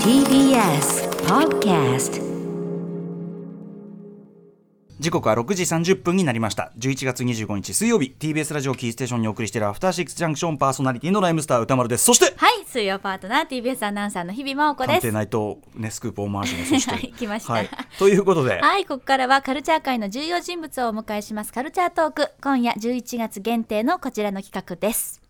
TBS Podcast 時刻は6時30分になりました11月25日水曜日 TBS ラジオキーステーションにお送りしているアフターシックスジャンクションパーソナリティのライムスター歌丸ですそしてはい、水曜パートナー TBS アナウンサーの日々真央子探で偵す。ナイト、ね、スクープ大回しねそしてはい来ましたはい、ということで、はい、ここからはカルチャー界の重要人物をお迎えしますカルチャートーク。今夜11月限定のこちらの企画です。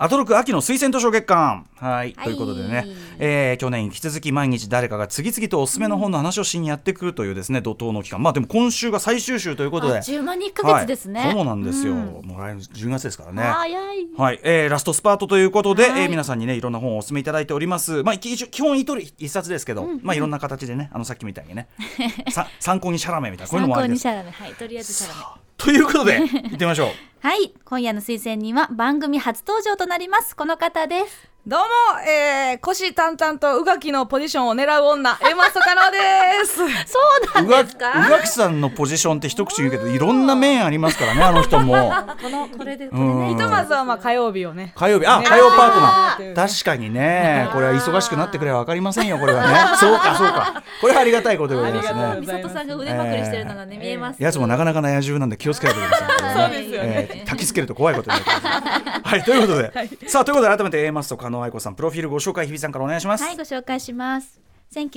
アトロク秋の推薦図書月間はい、はいということでね、えー去年引き続き毎日誰かが次々とおすすめの本の話をしにやってくるというですね、怒涛の期間まあでも今週が最終週ということであ10万人1ヶ月ですね。はい、そうなんですよ、うんもう来年10月ですからね早い。はい、えーラストスパートということで、はいえー皆さんにねいろんな本をお勧めいただいております。まあ一応基本一人一冊ですけど、まあいろんな形でね、あのさっきみたいにね、さ参考にシャラメみたいなこういう参の考もありでにすシ。ャラメ。はい、とりあえずシャラメ。ということで行ってみましょう。はい、今夜の推薦人は番組初登場となります。この方です。どうも、えー、腰淡々とうがきのポジションを狙う女、エマソカノです。そうなん うがでうすか。がきさんのポジションって一口言うけどいろんな面ありますからねあの人も。このこれでこれうんね。ひとまずはまあ火曜日をね。火曜日あね火曜パートナあーー確かにねこれは忙しくなってくれば分かりませんよこれはねそうかそうかこれはありがたいことでございますありがとうね美里さんが腕まくりしてるのがね、見えます。やつもなかなかな野獣なんで気をつけないといけませんこれはねそうですよねえー、焚きつけると怖いことになるからはいということで、さあということで改めて A マスと加納愛子さんプロフィールご紹介日比さんからお願いします、はい、ご紹介します。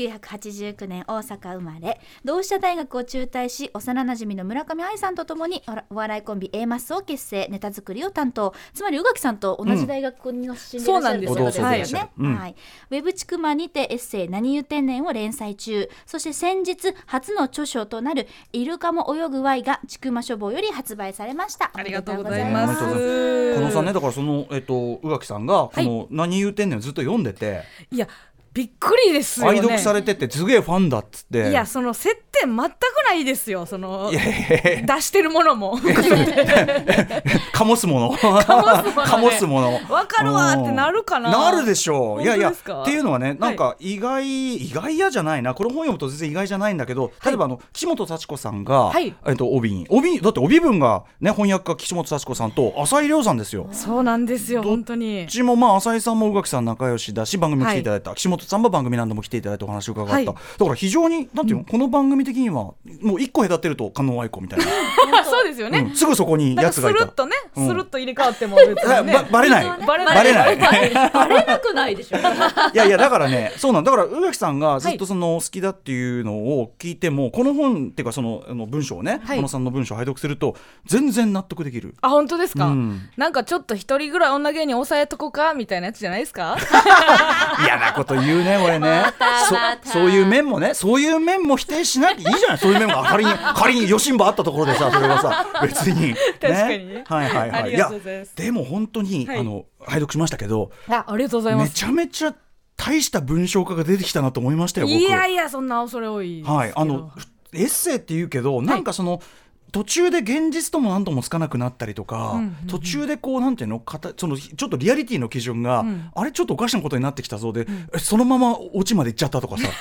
1989年大阪生まれ同志社大学を中退し幼なじみの村上愛さんとともにおらお笑いコンビ A マスを結成ネタ作りを担当つまり宇垣さんと同じ大学の出身でいらっしゃるということそうなんでですすね、よご同窓でいらっしゃるうんはい、ウェブちくまにてエッセイ「何言ってんねん」を連載中そして先日初の著書となる「イルカも泳ぐワイ」がちくま書房より発売されましたありがとうございいまますす。おめでとうごこのさんねだからそのえっと宇垣さんがこの、何言うてんねんずっと読んでていや、びっくりですよ愛ね。読されててすげえファンだっつっていや、その接点全くないですよ、そのい。やいやいや出してるも のも。醸すもの醸すものわかるわーってなるかなうんなるでしょういやいやっ本当ですかていうのはねなんか意外、意外やじゃないなこれ本読むと全然意外じゃないんだけど例えばあの、岸本幸子さんが、はいえっと、帯に帯だって帯文が、ね、翻訳家岸本幸子さんと浅井亮さんですよ。どそうなんですよ、ど本当 にっ。ちもまあ浅井さんも宇垣さん仲良しだし番組も来ていただいた、岸本さんも番組何度も来ていただいてお話を伺った、はいだから非常になんていうの、この番組的にはもう一個隔てると加納愛子みたいな、そうですよね。うんすぐそこになんやかつスがいルたッとね、うんスルッと入れ替わっても別にねば。バレ ないバレないバレない バレなくないで しょいやいやだからねそうなんだから宇垣さんがずっとその好きだっていうのを聞いても、この本っていうかそのあの文章をね、はいこのさんの文章を拝読すると全然納得できる。あ、本当ですか、うんなんかちょっと一人ぐらい女芸人抑えとこかみたいなやつじゃないで すか嫌なこと言うね俺 ねまそたそういう面もねそういう面も否定しないいいじゃないそういう面も仮 に仮に余震場あったところでさそれがさ別に、ね、確かにねはいはいはいありがとうございますやでも本当に、はいあの拝読しましたけどあありがとうございまめすちゃめちゃ大した文章家が出てきたなと思いましたよ僕いやいやそんな恐れ多いですけどはい、あのエッセイって言うけどなんかその、途中で現実とも何ともつかなくなったりとか、んうんうん途中でこうなんていうのかたそのちょっとリアリティの基準が、んあれちょっとおかしなことになってきたそうで、えそのままオチまで行っちゃったとか さ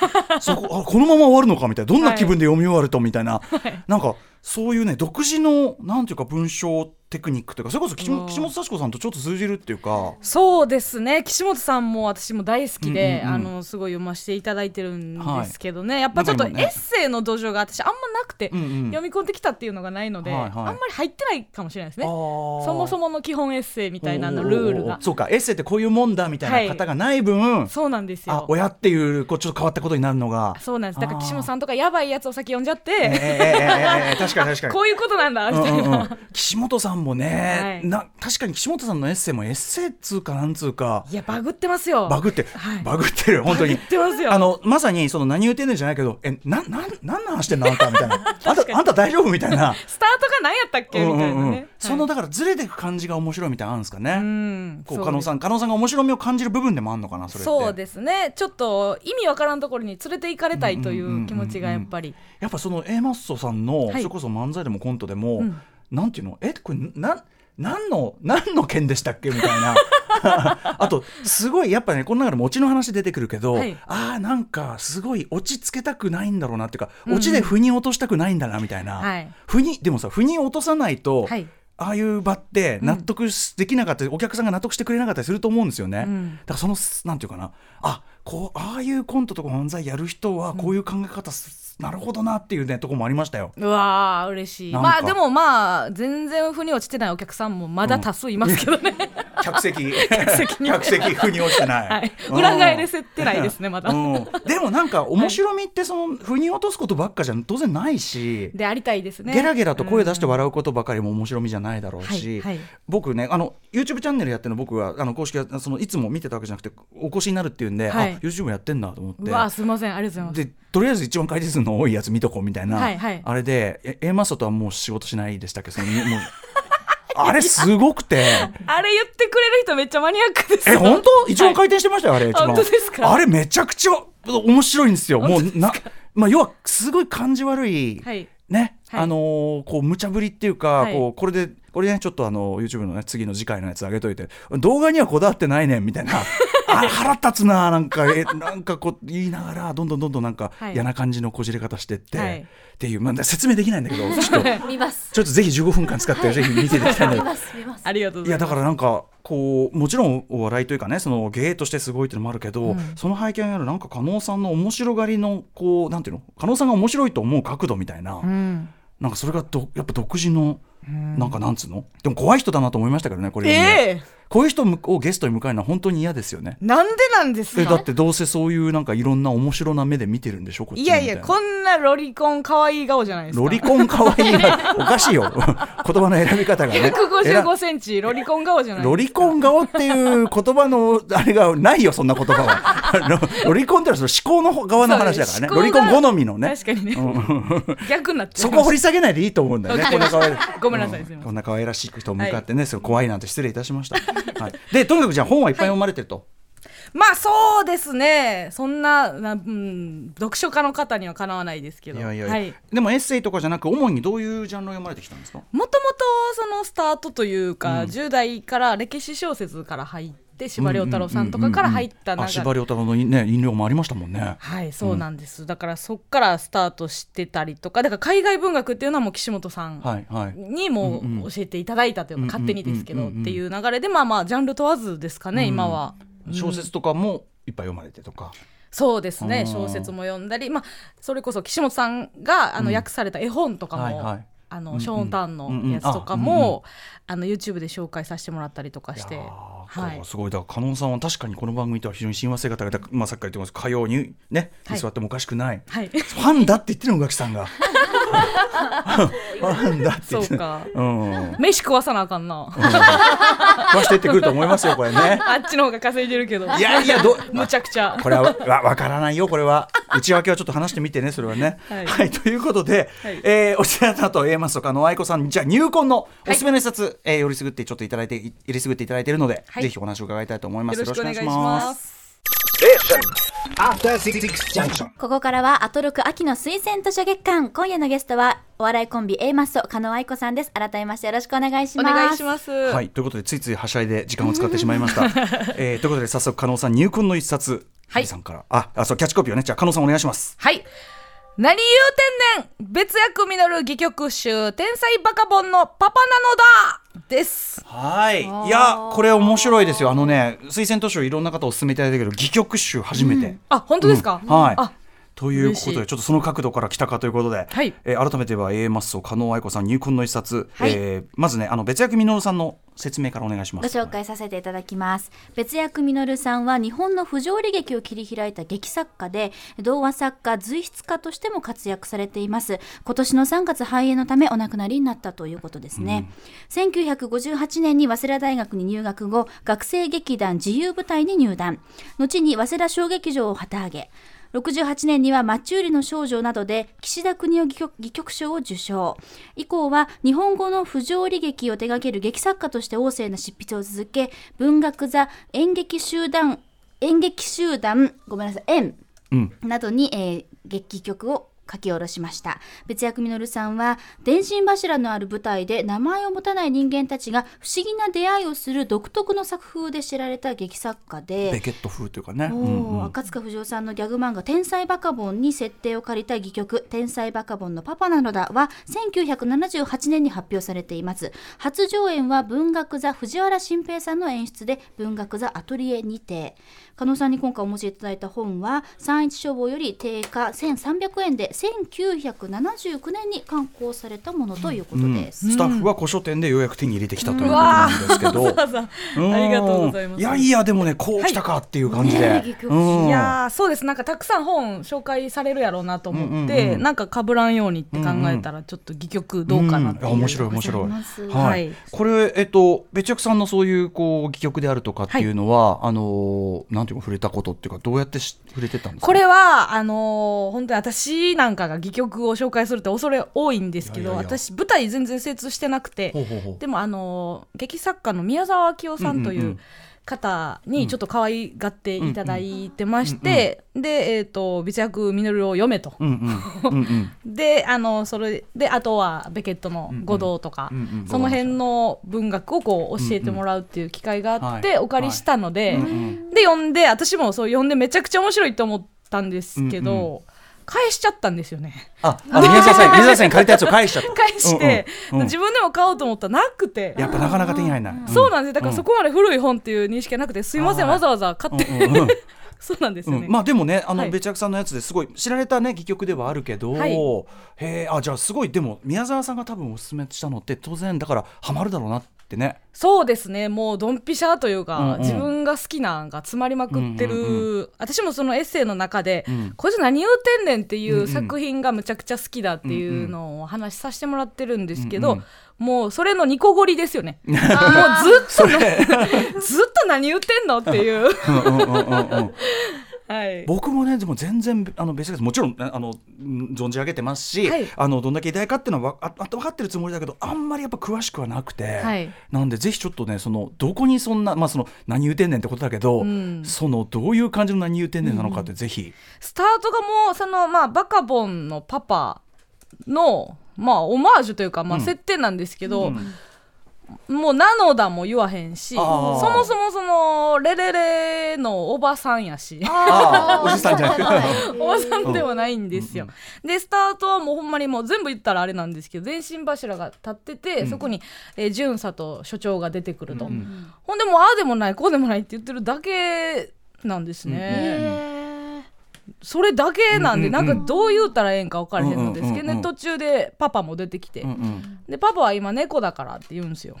そこあ このまま終わるのかみたいなどんな気分で読み終わるとみたいな、なんかそういうね独自のなんていうか文章テクニックというかそれこそ岸う本ん岸本幸子さんとちょっと通じるっていうか。そうですね岸本さんも私も大好きで、うんうんうんあのすごい読ませていただいてるんですけどね、やっぱちょっとなエんか今ねッセイの土壌が私あんまなくて、うんうん読み込んできたっていうのがないので、はいはいあんまり入ってないかもしれないですねあそーもそもの基本エッセイみたいなのルールがそうかエッセイってこういうもんだみたいな方がない分、そうなんですあよ親っていうこうちょっと変わったことになるの が。そうなんですだからあー岸本さんとかやばいやつを先読んじゃって、ええええええ確かに確かに。こういうことなんだみたいな、うんうんうん岸本さんもね、はいな確かに岸本さんのエッセイもエッセイっつうかなんつうかいやバグってますよバグって、はいバグってる本当にバグって ますよあのまさにその何言ってんねんじゃないけどえななんなんなんしてんのあんたみたい なあんたあんた大丈夫みたいなスタートが何やったっけみたいなね、うんうんうんはいそのだからずれていく感じが面白いみたいなのあるんですかね、うんこそうう加納さん加納さんが面白みを感じる部分でもあるのかなそれってそうですねちょっと意味わからんところに連れて行かれたいといんうんうんうんう気持ちがやっぱりやっぱその A マッソさんの、はいそれこそ漫才でもコントでも、うんなんていうのえこれな何の何の件でしたっけみたいな あとすごいやっぱねこの中でもオチの話出てくるけど、はいああなんかすごい落ち着けたくないんだろうなっていうか、オチで腑に落としたくないんだなみたいな、はい腑にでもさ腑に落とさないと、はいああいう場って納得しできなかったり、お客さんが納得してくれなかったりすると思うんですよね、うんだからそのなんていうかなあこうああいうコントとか漫才やる人はこういう考え方す、なるほどなっていうねとこもありましたようわー嬉しいなんかまあでもまあ全然腑に落ちてないお客さんもまだ多数いますけどね、客席客席腑に落ちてない、はいうん裏返れせてないですねまだうんでもなんか面白みってその腑に落とすことばっかじゃ当然ないし、 でありたいですねゲラゲラと声出してうん笑うことばかりも面白みじゃないだろうし、はいはい僕ねあの YouTube チャンネルやってるの僕はあの公式はそのいつも見てたわけじゃなくてお越しになるっていうんで、はいあ YouTube やってんなと思ってうわーすいませんありがとうございまですとりあえず一番回転数の多いやつ見とこうみたいな、はいはいあれでえ A マッソとはもう仕事しないでしたっけどそのもう あれすごく て。あれ言ってくれる人めっちゃマニアックですえよ本当一番回転してましたよ、あれ一番本当ですかあれめちゃくちゃ面白いんですよもうなまあ要はすごい感じ悪い、はいね、はいあのーこう無茶ぶりっていうか、はいこうこれでこれねちょっとあの YouTube のね次の次回のやつ上げといて動画にはこだわってないねんみ たいなあ腹立つななんかえなんかこう言いながらどんどんどんどんなんかはい嫌な感じのこじれ方してって、はいっていう、まあ、説明できないんだけどちょ っと見ますちょっとぜひ15分間使ってぜひ見ていただきたいんだけ見どます見ますありがとうごいざやいまだすからなんかこうもちろんお笑いというかねその芸としてすごいっていうのもあるけど、その背景にあるなんか加納さんの面白がりのこうなんていうの加納さんが面白いと思う角度みたいな、うんなんかそれがどやっぱ独自の、なんかなんつうのでも怖い人だなと思いましたけどねこれ、ええこういう人をゲストに迎えるのは本当に嫌ですよね。なんでなんですえだかってどうせそういうなんかいろんな面白な目で見てるんでしょこっちもいやいみやたなこんなロリコン可愛い顔じゃないですかロリコン可愛いがおかしいよ 言葉の選び方がね155センチロリコン顔じゃないロリコン顔っていう言葉のあれがないよそんな言葉はロロリコンってのはその思考の方側の話だからねそうロでリす思コ考ンが好みのね確かにね、逆になっちゃそいこま掘すり下げないでいいと思うんだよね。わこかんりなました可愛いごめんなさいすいませんこんな可愛らしい人向かってね、それ怖いなんて失礼いたしました。はい。でとにかくじゃあ本はいっぱい読まれてると。まあそうですねそんなな、うん、読書家の方にはかなわないですけいどやいやいや、はい、でもエッセイとかじゃなく主にどういうジャンルを読まれてきたんですか。もともとそのスタートというか、10代から歴史小説から入って司馬遼太郎さんとかから入ったあ流司れ馬遼太郎のね飲料もありましたもんね。はいそうなんです、だからそっからスタートしてたりとかだから海外文学っていうのはもう岸本さんはいはい。にも教えていただいたというか、勝手にですけうんどうっんうんうんていう流れでまあまあジャンル問わずですかね、今は。小説とかもいっぱい読まれてとか。そうですうんね小説も読んだり、まあ、それこそ岸本さんがあの訳された絵本とかも、はいはいあうんうのんショーン・タンのやつとかうんうんも、あの YouTube で紹介させてもらったりとかしていやーはこいれ、すごいだから加納さんは確かにこの番組とは非常に親和性が高いだから、まあ、さっきから言ってます火曜にねはい座ってもおかしくない、はい、ファンだって言ってるの宇垣さん がファンだって言ってそうるかうん飯食わさなあかんな壊してってくると思いますよこれねあっちの方が稼いでるけどいやいやどむちゃくちゃこれはわわからないよこれは内訳はちょっと話してみてねそれはねは、はいいということで、はいえーお知らせの後 A マスとかの愛子さんにじゃあ入婚のおすすめの一冊、えーよりすぐってちょっといただいてい入りすぐっていただいているので、はいぜひお話を伺いたいと思いますよろしくお願いします。 After Six Junction. ここからはアトロク秋の推薦図書月間今夜のゲストはお笑いコンビ A マッソ加納愛子さんです改めましてよろしくお願いしおます願いします。はい、ということでついついはしゃいで時間を使ってしまいま した。えーということで早速加納さん入婚の一冊、は加い納さんからああそうキャッチコピーをねじゃあ加納さんお願いします。はい。何言うてんねん別役実る戯曲集天才バカボンのパパなのだです。はい、いやこれ面白いですよあのね推薦図書いろんな方お勧めいただいたけど戯曲集初めて。あ、本当ですか、うんはいあ、ということ嬉しでいちょっとその角度から来たかということで、はいえー改めては A マッソ加納愛子さん入婚の一冊、はいえーまずねあの別役みのるさんの説明からお願いしまごす。紹介させていただきます別役みのるさんは日本の不条理劇を切り開いた劇作家で童話作家随筆家としても活躍されています今年の3月肺炎のためお亡くなりになったということですね、1958年に早稲田大学に入学後学生劇団自由舞台に入団後に早稲田小劇場を旗揚げ68年には「マッチ売りの少女」などで岸田邦夫戯曲戯曲賞を受賞以降は日本語の不条理劇を手掛ける劇作家として旺盛な執筆を続け文学座演劇集団演劇集団ごめんなさい演うんなどに、えー劇曲を書き下ろしました別役みのるさんは電信柱のある舞台で名前を持たない人間たちが不思議な出会いをする独特の作風で知られた劇作家でベケット風というかおね、ーうんうん赤塚不二夫さんのギャグ漫画「天才バカボン」に設定を借りた戯曲「天才バカボンのパパなのだ」は1978年に発表されています初上演は文学座藤原新平さんの演出で文学座アトリエにて加納さんに今回お持ちいただいた本は三一書房より定価1300円で1979年に刊行されたものということです、スタッフは古書店でようやく手に入れてきたということなんですけど、わざわざ ありがとうございますいやいやでもねこう来たかっていう感じで、はいねえうんいやーそうですなんかたくさん本紹介されるやろうなと思っうて、んうんうんなんかかぶらんようにって考えたらちょっと戯曲どうかなっていんあう、面白い面あ白りがとうごい。ざいますはい。はいこれえっと別役さんのそういうこう戯曲であるとかっていうのは、あのーなんていうの触れたことっていうかどうやってし触れてたんですか。これはあのー本当に私なんかが戯曲を紹介するって恐れ多いんですけどいやいやいや私舞台全然精通してなくてほうほうほうでもあのー劇作家の宮沢明夫さんとうんうんいううん方にちょっと可愛がっていただいてまして、で、えー、と美役ミノルを読めと、うんうんうんうん。であのそれであとはベケットの「五道」とか、うんうんその辺の文学をこう教えてもらうっていう機会があって、うんうんお借りしたので、うんうんで読んで私もそう読んでめちゃくちゃ面白いと思ったんですけど、うん返しちゃったんですよね。あ、あの宮沢 さん宮沢さんに借りたやつを返しちゃった。返して、うんうんうん自分でも買おうと思ったらなくて。やっぱなかなか手に入らない。んそうなんですだからそ。うこまで古い本っていう認識がなくてすいませんはいわざわざ買って、うんうんうん そうなんですうよね、ん、まあでもねあはのいベチャクさんのやつですごい知られたね戯曲ではあるけど、はいへえあじゃあすごいでも宮沢さんが多分おすすめしたのって当然だからハマるだろうなってねそうですねもうドンピシャというか、うんうん自分が好きなんが詰まりまくってる、うん私もそのエッセイの中で「うんこいつ何言うてんねん」っていんううん作品がむちゃくちゃ好きだっていうのをお話しさせてもらってるんですけど、うんうんもうそれのニコゴリですよ ね。もうずっとなずっと何言ってんのってい う。うんうんうんうんうんはい僕もねでも全然あのベースもちろんあのん存じ上げてますし、はいあのどんだけ偉大かっていうのはわああ分かってるつもりだけどあんまりやっぱ詳しくはなくて、はいなんでぜひちょっとねそのどこにそんな、まあ、その何言うてんねんってことだけど、んそのどういう感じの何言うてんねんなのかってぜひ、スタートがもうそのまあバカボンのパパのまあオマージュというかまあうん設定なんですけど、うんもう「なのだ」も言わへんしあそーもそもその「レレレ」のおばさんやし。 ああおじさんじゃなくておばさんではないんですよ。でスタートはもうほんまにもう全部言ったらあれなんですけど全身柱が立ってて、そこに、えー、巡査と所長が出てくると、ほんでもうああでもないこうでもないって言ってるだけなんですね。それだけなんで、うんうんうんなんかどう言うたらええんか分からへんのですうんけどね、うんうんうん途中でパパも出てきて、うんうんでパパは今猫だからって言うんですよ。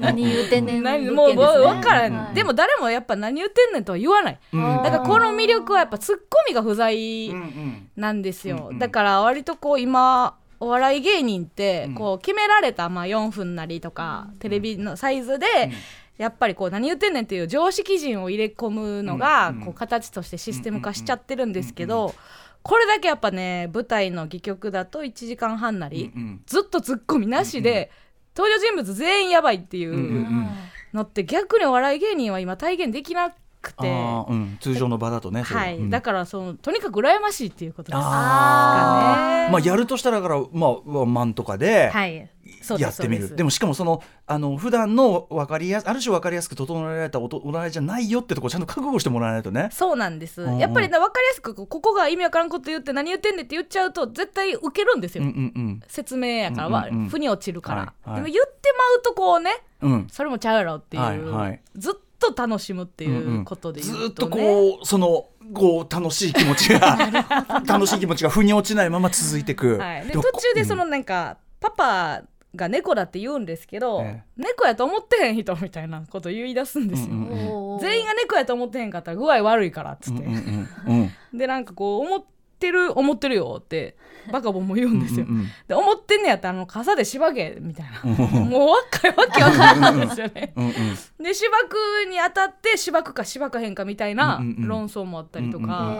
何言うてんねん何物もう件ですね分からへん、はいでも誰もやっぱ何言ってんねんとは言わない。うんだからこの魅力はやっぱツッコミが不在。うんうんなんですよ、うんうんだから割とこう今お笑い芸人ってうんこう決められたまあ4分なりとか、テレビのサイズで、やっぱりこう何言ってんねんっていう常識人を入れ込むのがうんこう形としてシステム化しちゃってるんですけど、これだけやっぱね舞台の戯曲だと1時間半なり、うんうんずっとツッコミなしで、登場人物全員やばいっていうんうんううんのって逆にお笑い芸人は今体現できなくて。あーうん通常の場だとねそれはい、うんだからそのとにかく羨ましいっていうことです。あかーねまあやるとしたらだからまあワンマンとかではい、そうでやすってみるそうですもしかもそのあの普段の分かりやすある種分かりやすく整えられたおとお笑いじゃないよってとこちゃんと覚悟してもらわないとねそうなんです、うんうんやっぱりね分かりやすくこうここが意味わからんこと言って何言ってんねんって言っちゃうと絶対受けるんですうよ、んうん説明やからうは、んうんうん腑に落ちるから、はいはいでも言ってまうとこうねうんうんそれもちゃうやろっていう、はいはいずっと楽しむってうんいううんことでず言ーっうととね、こうそのこう楽しい気持ち が楽しい気持ちが腑に落ちないまま続いていく、はい、でも途中でそのなんか、パパが猫だって言うんですけど、え猫やと思ってへん人みたいなこと言い出すんですよ、うんうん全員が猫やと思ってへんかったら具合悪いからっつうっんて、うんうんうんうんでなんかこう思ってる思ってるよってバカボンも言うんですよ、うんうんうんで思ってんねやったらあの傘でしばけみたいなもうわっかいわけわかんないんですよねうんうんでしばくに当たってしばくかしばかへんかみたいなうんうんうん論争もあったりとうんか、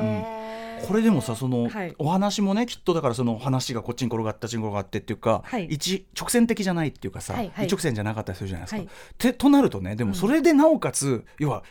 これでもさその、はいお話もねきっとだからその話がこっちに転がったあっちに転がってっていうか、はい一直線的じゃないっていうかさ、はいはい一直線じゃなかったりするじゃないですか。はいてとなるとねでもそれでなおかつ、要は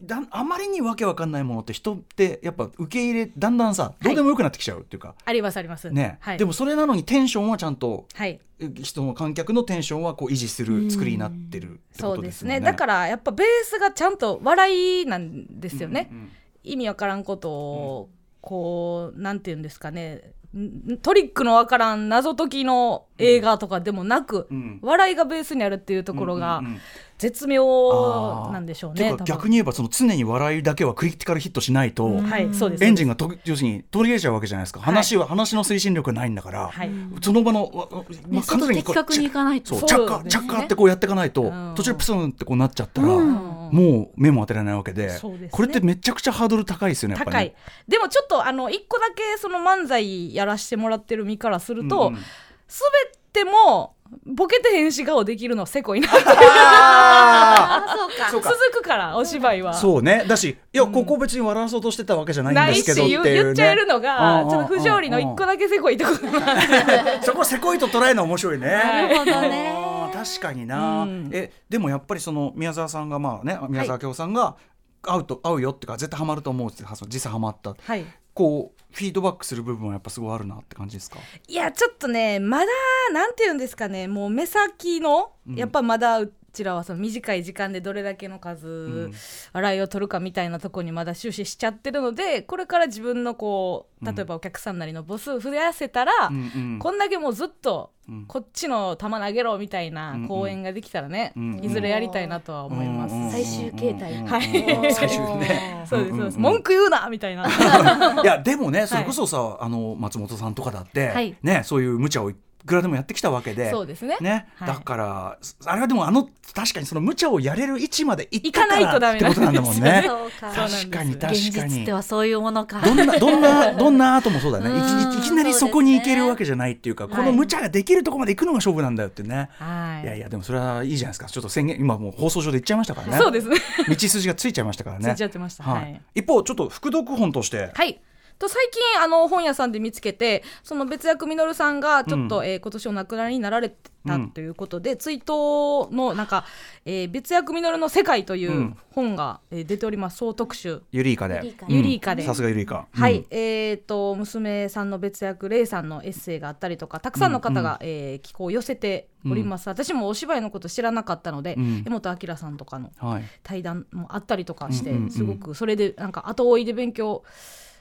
だんあまりにわけわかんないものって人ってやっぱ受け入れだんだんさどうでもよくなってきちゃうっていうか、ありますあります。ね、はい。でもそれなのにテンションはちゃんとはい。人の観客のテンションはこう維持する作りになってるってそこうとでですすよね。ね。だからやっぱベースがちゃんと笑いなんですよね。うんうん意味わからんことをこうなんて言うんですかねんトリックのわからん謎解きの映画とかでもなく、うん笑いがベースにあるっていうところがうんうんうん絶妙なんでしょうね。あーて多分か逆に言えばその常に笑いだけはクリティカルヒットしないと、はいそうですエンジンがと要するに取り入れちゃうわけじゃないですか。話は、話の推進力がないんだから、はいその場のわわまあその簡単こ的う確にいかないとそうそうチャッカですねチャッカってこうやっていかないと、うん途中でプスンってこうなっちゃったら、うんもう目も当てられないわけでそうですねこれってめちゃくちゃハードル高いですよねやっぱり高ね、いでもちょっとあの一個だけその漫才やらしてもらってる身からすると、うんうんすべてもボケてへんし顔できるのはせこいなってああそうかそうか続くからお芝居はーそうねだしいやここ別に笑わそうとしてたわけじゃないなんでいすけしどってい言う、ね、う言っちゃえるのがうんちょっと不条理の一個だけせこいところなんでそこせこいと捉えるのは面白いね。なるほどね確かにな、うんえでもやっぱりその宮沢さんがまあね宮沢京さんが合うと合うよっていうか絶対ハマると思うって実際ハマった。はいこうフィードバックする部分はやっぱすごいあるなって感じですか。いやちょっとねまだなんて言うんですかねもう目先のうんやっぱまだうちらはその短い時間でどれだけの数、ん笑いを取るかみたいなとこにまだ終始しちゃってるのでこれから自分のこう例えばお客さんなりの母数増やせたら、うんうんこんだけもうずっとうんこっちの球投げろみたいな公演ができたらね、うんうんいずれやりたいなとは思います。うんうんうん最終形態うんはいうん最終ね。 そうですそうです、んんん文句言うなみたいな いやでもねそれこそさ、あの松本さんとかだって、はいねそういう無茶をいくらでもやってきたわけで。そうですねね、はいだからあれはでもあの確かにその無茶をやれる位置まで行った行かないとダメってことなんだもんね。そうか そ確うかにそうな確ん現か実にって。はそういうものかどんなどんなどんな後もそうだね。うんいきいきなりそこに行けるわけじゃないっていうか、ですこねの無茶ができるところまで行くのが勝負なんだよってね。はいいやいやでもそれはいいじゃないですか。ちょっと宣言今もう放送上で言っちゃいましたからね。 そうですね道筋がついちゃいましたからね。ついちゃってましたはい。はい一方ちょっと副読本として。はい。と最近あの本屋さんで見つけてその別役みのるさんがちょっと、えー今年お亡くなりになられたということで、追悼のなんか、えー別役みのるの世界というんう本が、えー出ております総特集ユリイカで。ユリイカうんユリイカでさすがユリイカ。はうい、ん。えー、と娘さんの別役レイさんのエッセイがあったりとかたくさんの方が、えー寄稿を寄せております、私もお芝居のこと知らなかったので、うん江本明さんとかのはい。対談もあったりとかして、うんうんうんすごくそれでなんか後追いで勉強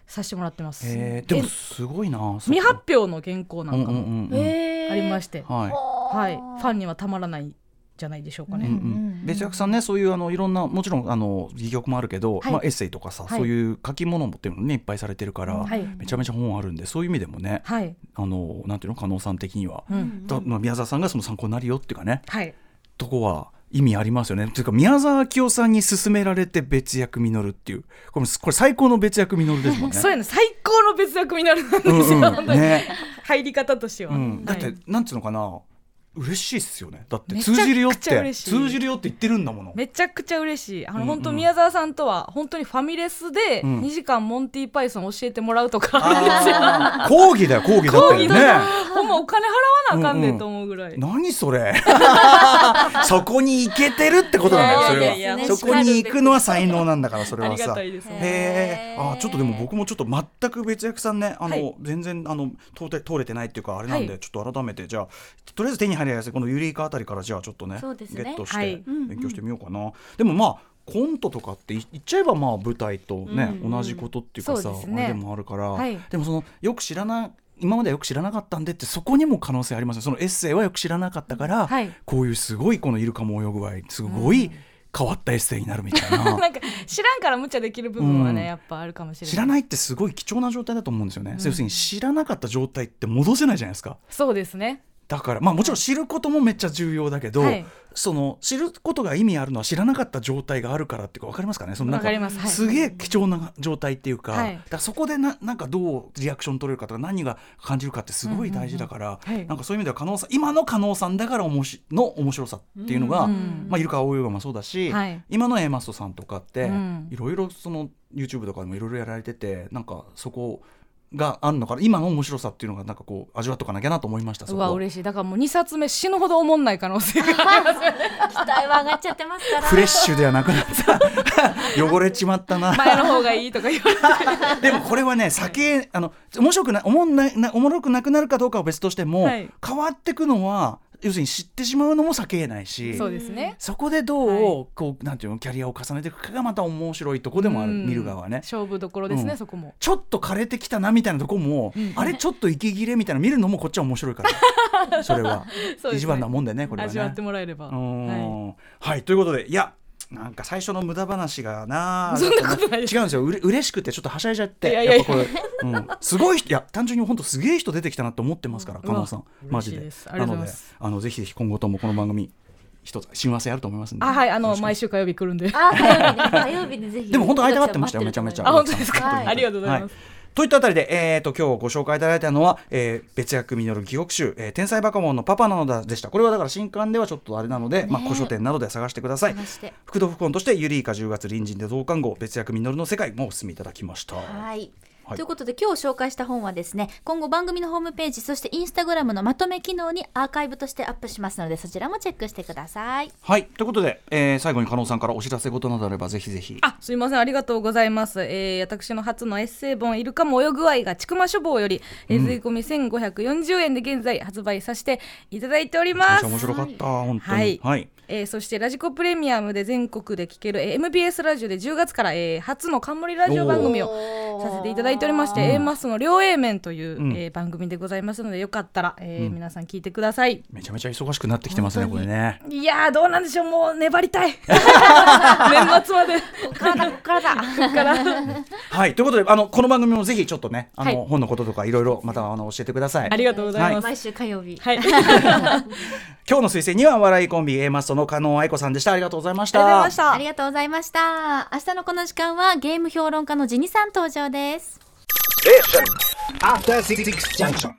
させてもらってます。えー、でもですごいな。未発表の原稿なんかうんうもんうんうんえありましして、ははい、ファンにはたまらないんじゃないでしょうかい。ね。うんうん、別役さんねそういうあのいろんなもちろんあの戯曲もあるけど、はいまあ、エッセイとかさ、はいそういう書き物もっていうのねいっぱいされてるから、はい、めちゃめちゃ本あるんでそういう意味でもねはい、あのなんていうの加納さん的には、うん、だまあ宮沢さんがその参考になるよっていうかねはい、とこは意味ありますよねというか宮沢明夫さんに勧められて別役実るっていうこれこれ最高の別役実るですもんね。 そうやね、最高の別役になるんですよ、うんうん ね入り方としては。うん、だって、はいなんつうのかな嬉しいっすよねだってめち通ゃくちゃじるよって嬉しい通じるよって言ってるんだもの。めちゃくちゃ嬉しいあの、うんうん本当宮沢さんとは本当にファミレスでうん2時間モンティーパイソン教えてもらうとか、あー講義だよ講 義だったよね。ほんまお金払わなあかんねんと思うぐらい、何それ そこに行けてるってことなんだよそれは。いやいやいやそこに行くのは才能なんだからそれあはりがさた。いですねへえへーあちょっとでも僕もちょっと全く別役さんねあの、はい全然あの通れ通れてないっていうかあれなんで、はいちょっと改めてじゃあとりあえず手に入りやすいこのユリイカあたりからじゃあちょっとねそうですゲねットしはいて勉強してみようかな、でもまあコントとかってい言っちゃえばまあ舞台とね、うん同じことっていうかそさうですあねれでもあるから、はいでもそのよく知らない今まではよく知らなかったんでってそこにも可能性ありますよそのエッセイはよく知らなかったから、はいこういうすごいこのイルカも泳ぐ合いすごい変わったエッセイになるみたいな。 なんか知らんから無茶できる部分はね、うんやっぱあるかもしれない知らないってすごい貴重な状態だと思うんですよね、要するに知らなかった状態って戻せないじゃないですかそうですねだからまあもちろん知ることもめっちゃ重要だけど、はいその知ることが意味あるのは知らなかった状態があるからっていうか分かりますかねそのなんわかりますはいすげえ貴重な状態っていうか,、はいだからそこでななんかどうリアクション取れるかとか何が感じるかってすごい大事だから、うんうんうんはいなんかそういう意味では加納さん今の加納さんだからおもしの面白さっていうのが、うんうんまあ、イルカ青いもそうだし、はい今の A マストさんとかってうんいろいろその YouTube とかでもいろいろやられててなんかそこがあるのかな今の面白さっていうのがなんかこう味わっとかなきゃなと思いましたそうこわは嬉しいだからもう2冊目死ぬほど思んない可能性が期待は上がっちゃってますからフレッシュではなくなった汚れちまった な 前の方がいいとか言われてでもこれはね酒あの面白くなおもんないなおもろくなくなるかどうかは別としても、はい変わってくのは要するに知ってしまうのも酒えないし そうですねそこでどう、はこうなんていうのキャリアを重ねていくかがまた面白いとこでもある、うん見る側はね。勝負どころですね、うんそこもちょっと枯れてきたなみたいなとこも、あれちょっと息切れみたいな見るのもこっちは面白いから それはそうですね一番なもんでねこれはね。味わってもらえれば、うーはんはい、ということでいやなんか最初の無駄話がなあ そんなことない違うんですようれ嬉しくてちょっとはしゃいじゃっていやいやいやっぱこれ、うん、すごい人いや単純に本当すげえ人出てきたなと思ってますからうわ加納さんマジで嬉しいですありながとうごのざいでますあのぜひぜひ今後ともこの番組一つ親和性あると思いますんであはいあよのろしくお願毎いし週火曜日来るんであ火曜日に火曜日にぜひでも本当会いたがってましたよめちゃめちゃあ本当ですか、はいありがとうございます、はいといったあたりで、えー、と今日ご紹介いただいたのは、えー別役実る記憶集、えー天才バカモンのパパなのだでしたこれはだから新刊ではちょっとあれなので、まあ、古書店などで探してください探して副読本としてユリイカ10月隣人で増刊号別役実るの世界もお勧めいただきましたはい。はいということで今日紹介した本はですね今後番組のホームページそしてインスタグラムのまとめ機能にアーカイブとしてアップしますのでそちらもチェックしてくださいはいということで、えー最後に加納さんからお知らせ事などあればぜひぜひあすいませんありがとうございます、えー、私の初のエッセイ本「イルカも泳ぐ愛」が千曲書房より、えー、税込み1540円で現在発売させていただいておりめまっちすゃ面白かった、本当にはいはいえーそしてラジコプレミアムで全国で聴ける、えー MBS ラジオで10月から、えー初の冠ラジオ番組をさせていただいておりましておー A マスの両 A 面というう、んえー番組でございますのでよかったら、えー皆さん聞いてくださいめちゃめちゃ忙しくなってきてますねこれねいやーどうなんでしょうもう粘り たい年末 まで体こっからだ はいということであのこの番組もぜひちょっとねあの、はい本のこととかいろいろまたあの教えてくださいありがとうございます、 毎週火曜日はい今日の推薦には笑いコンビ A マストの加納愛子さんでしたありがとうございましたありがとうございましたありがとうございました明日のこの時間はゲーム評論家のジニさん登場です Station. After Six Junction.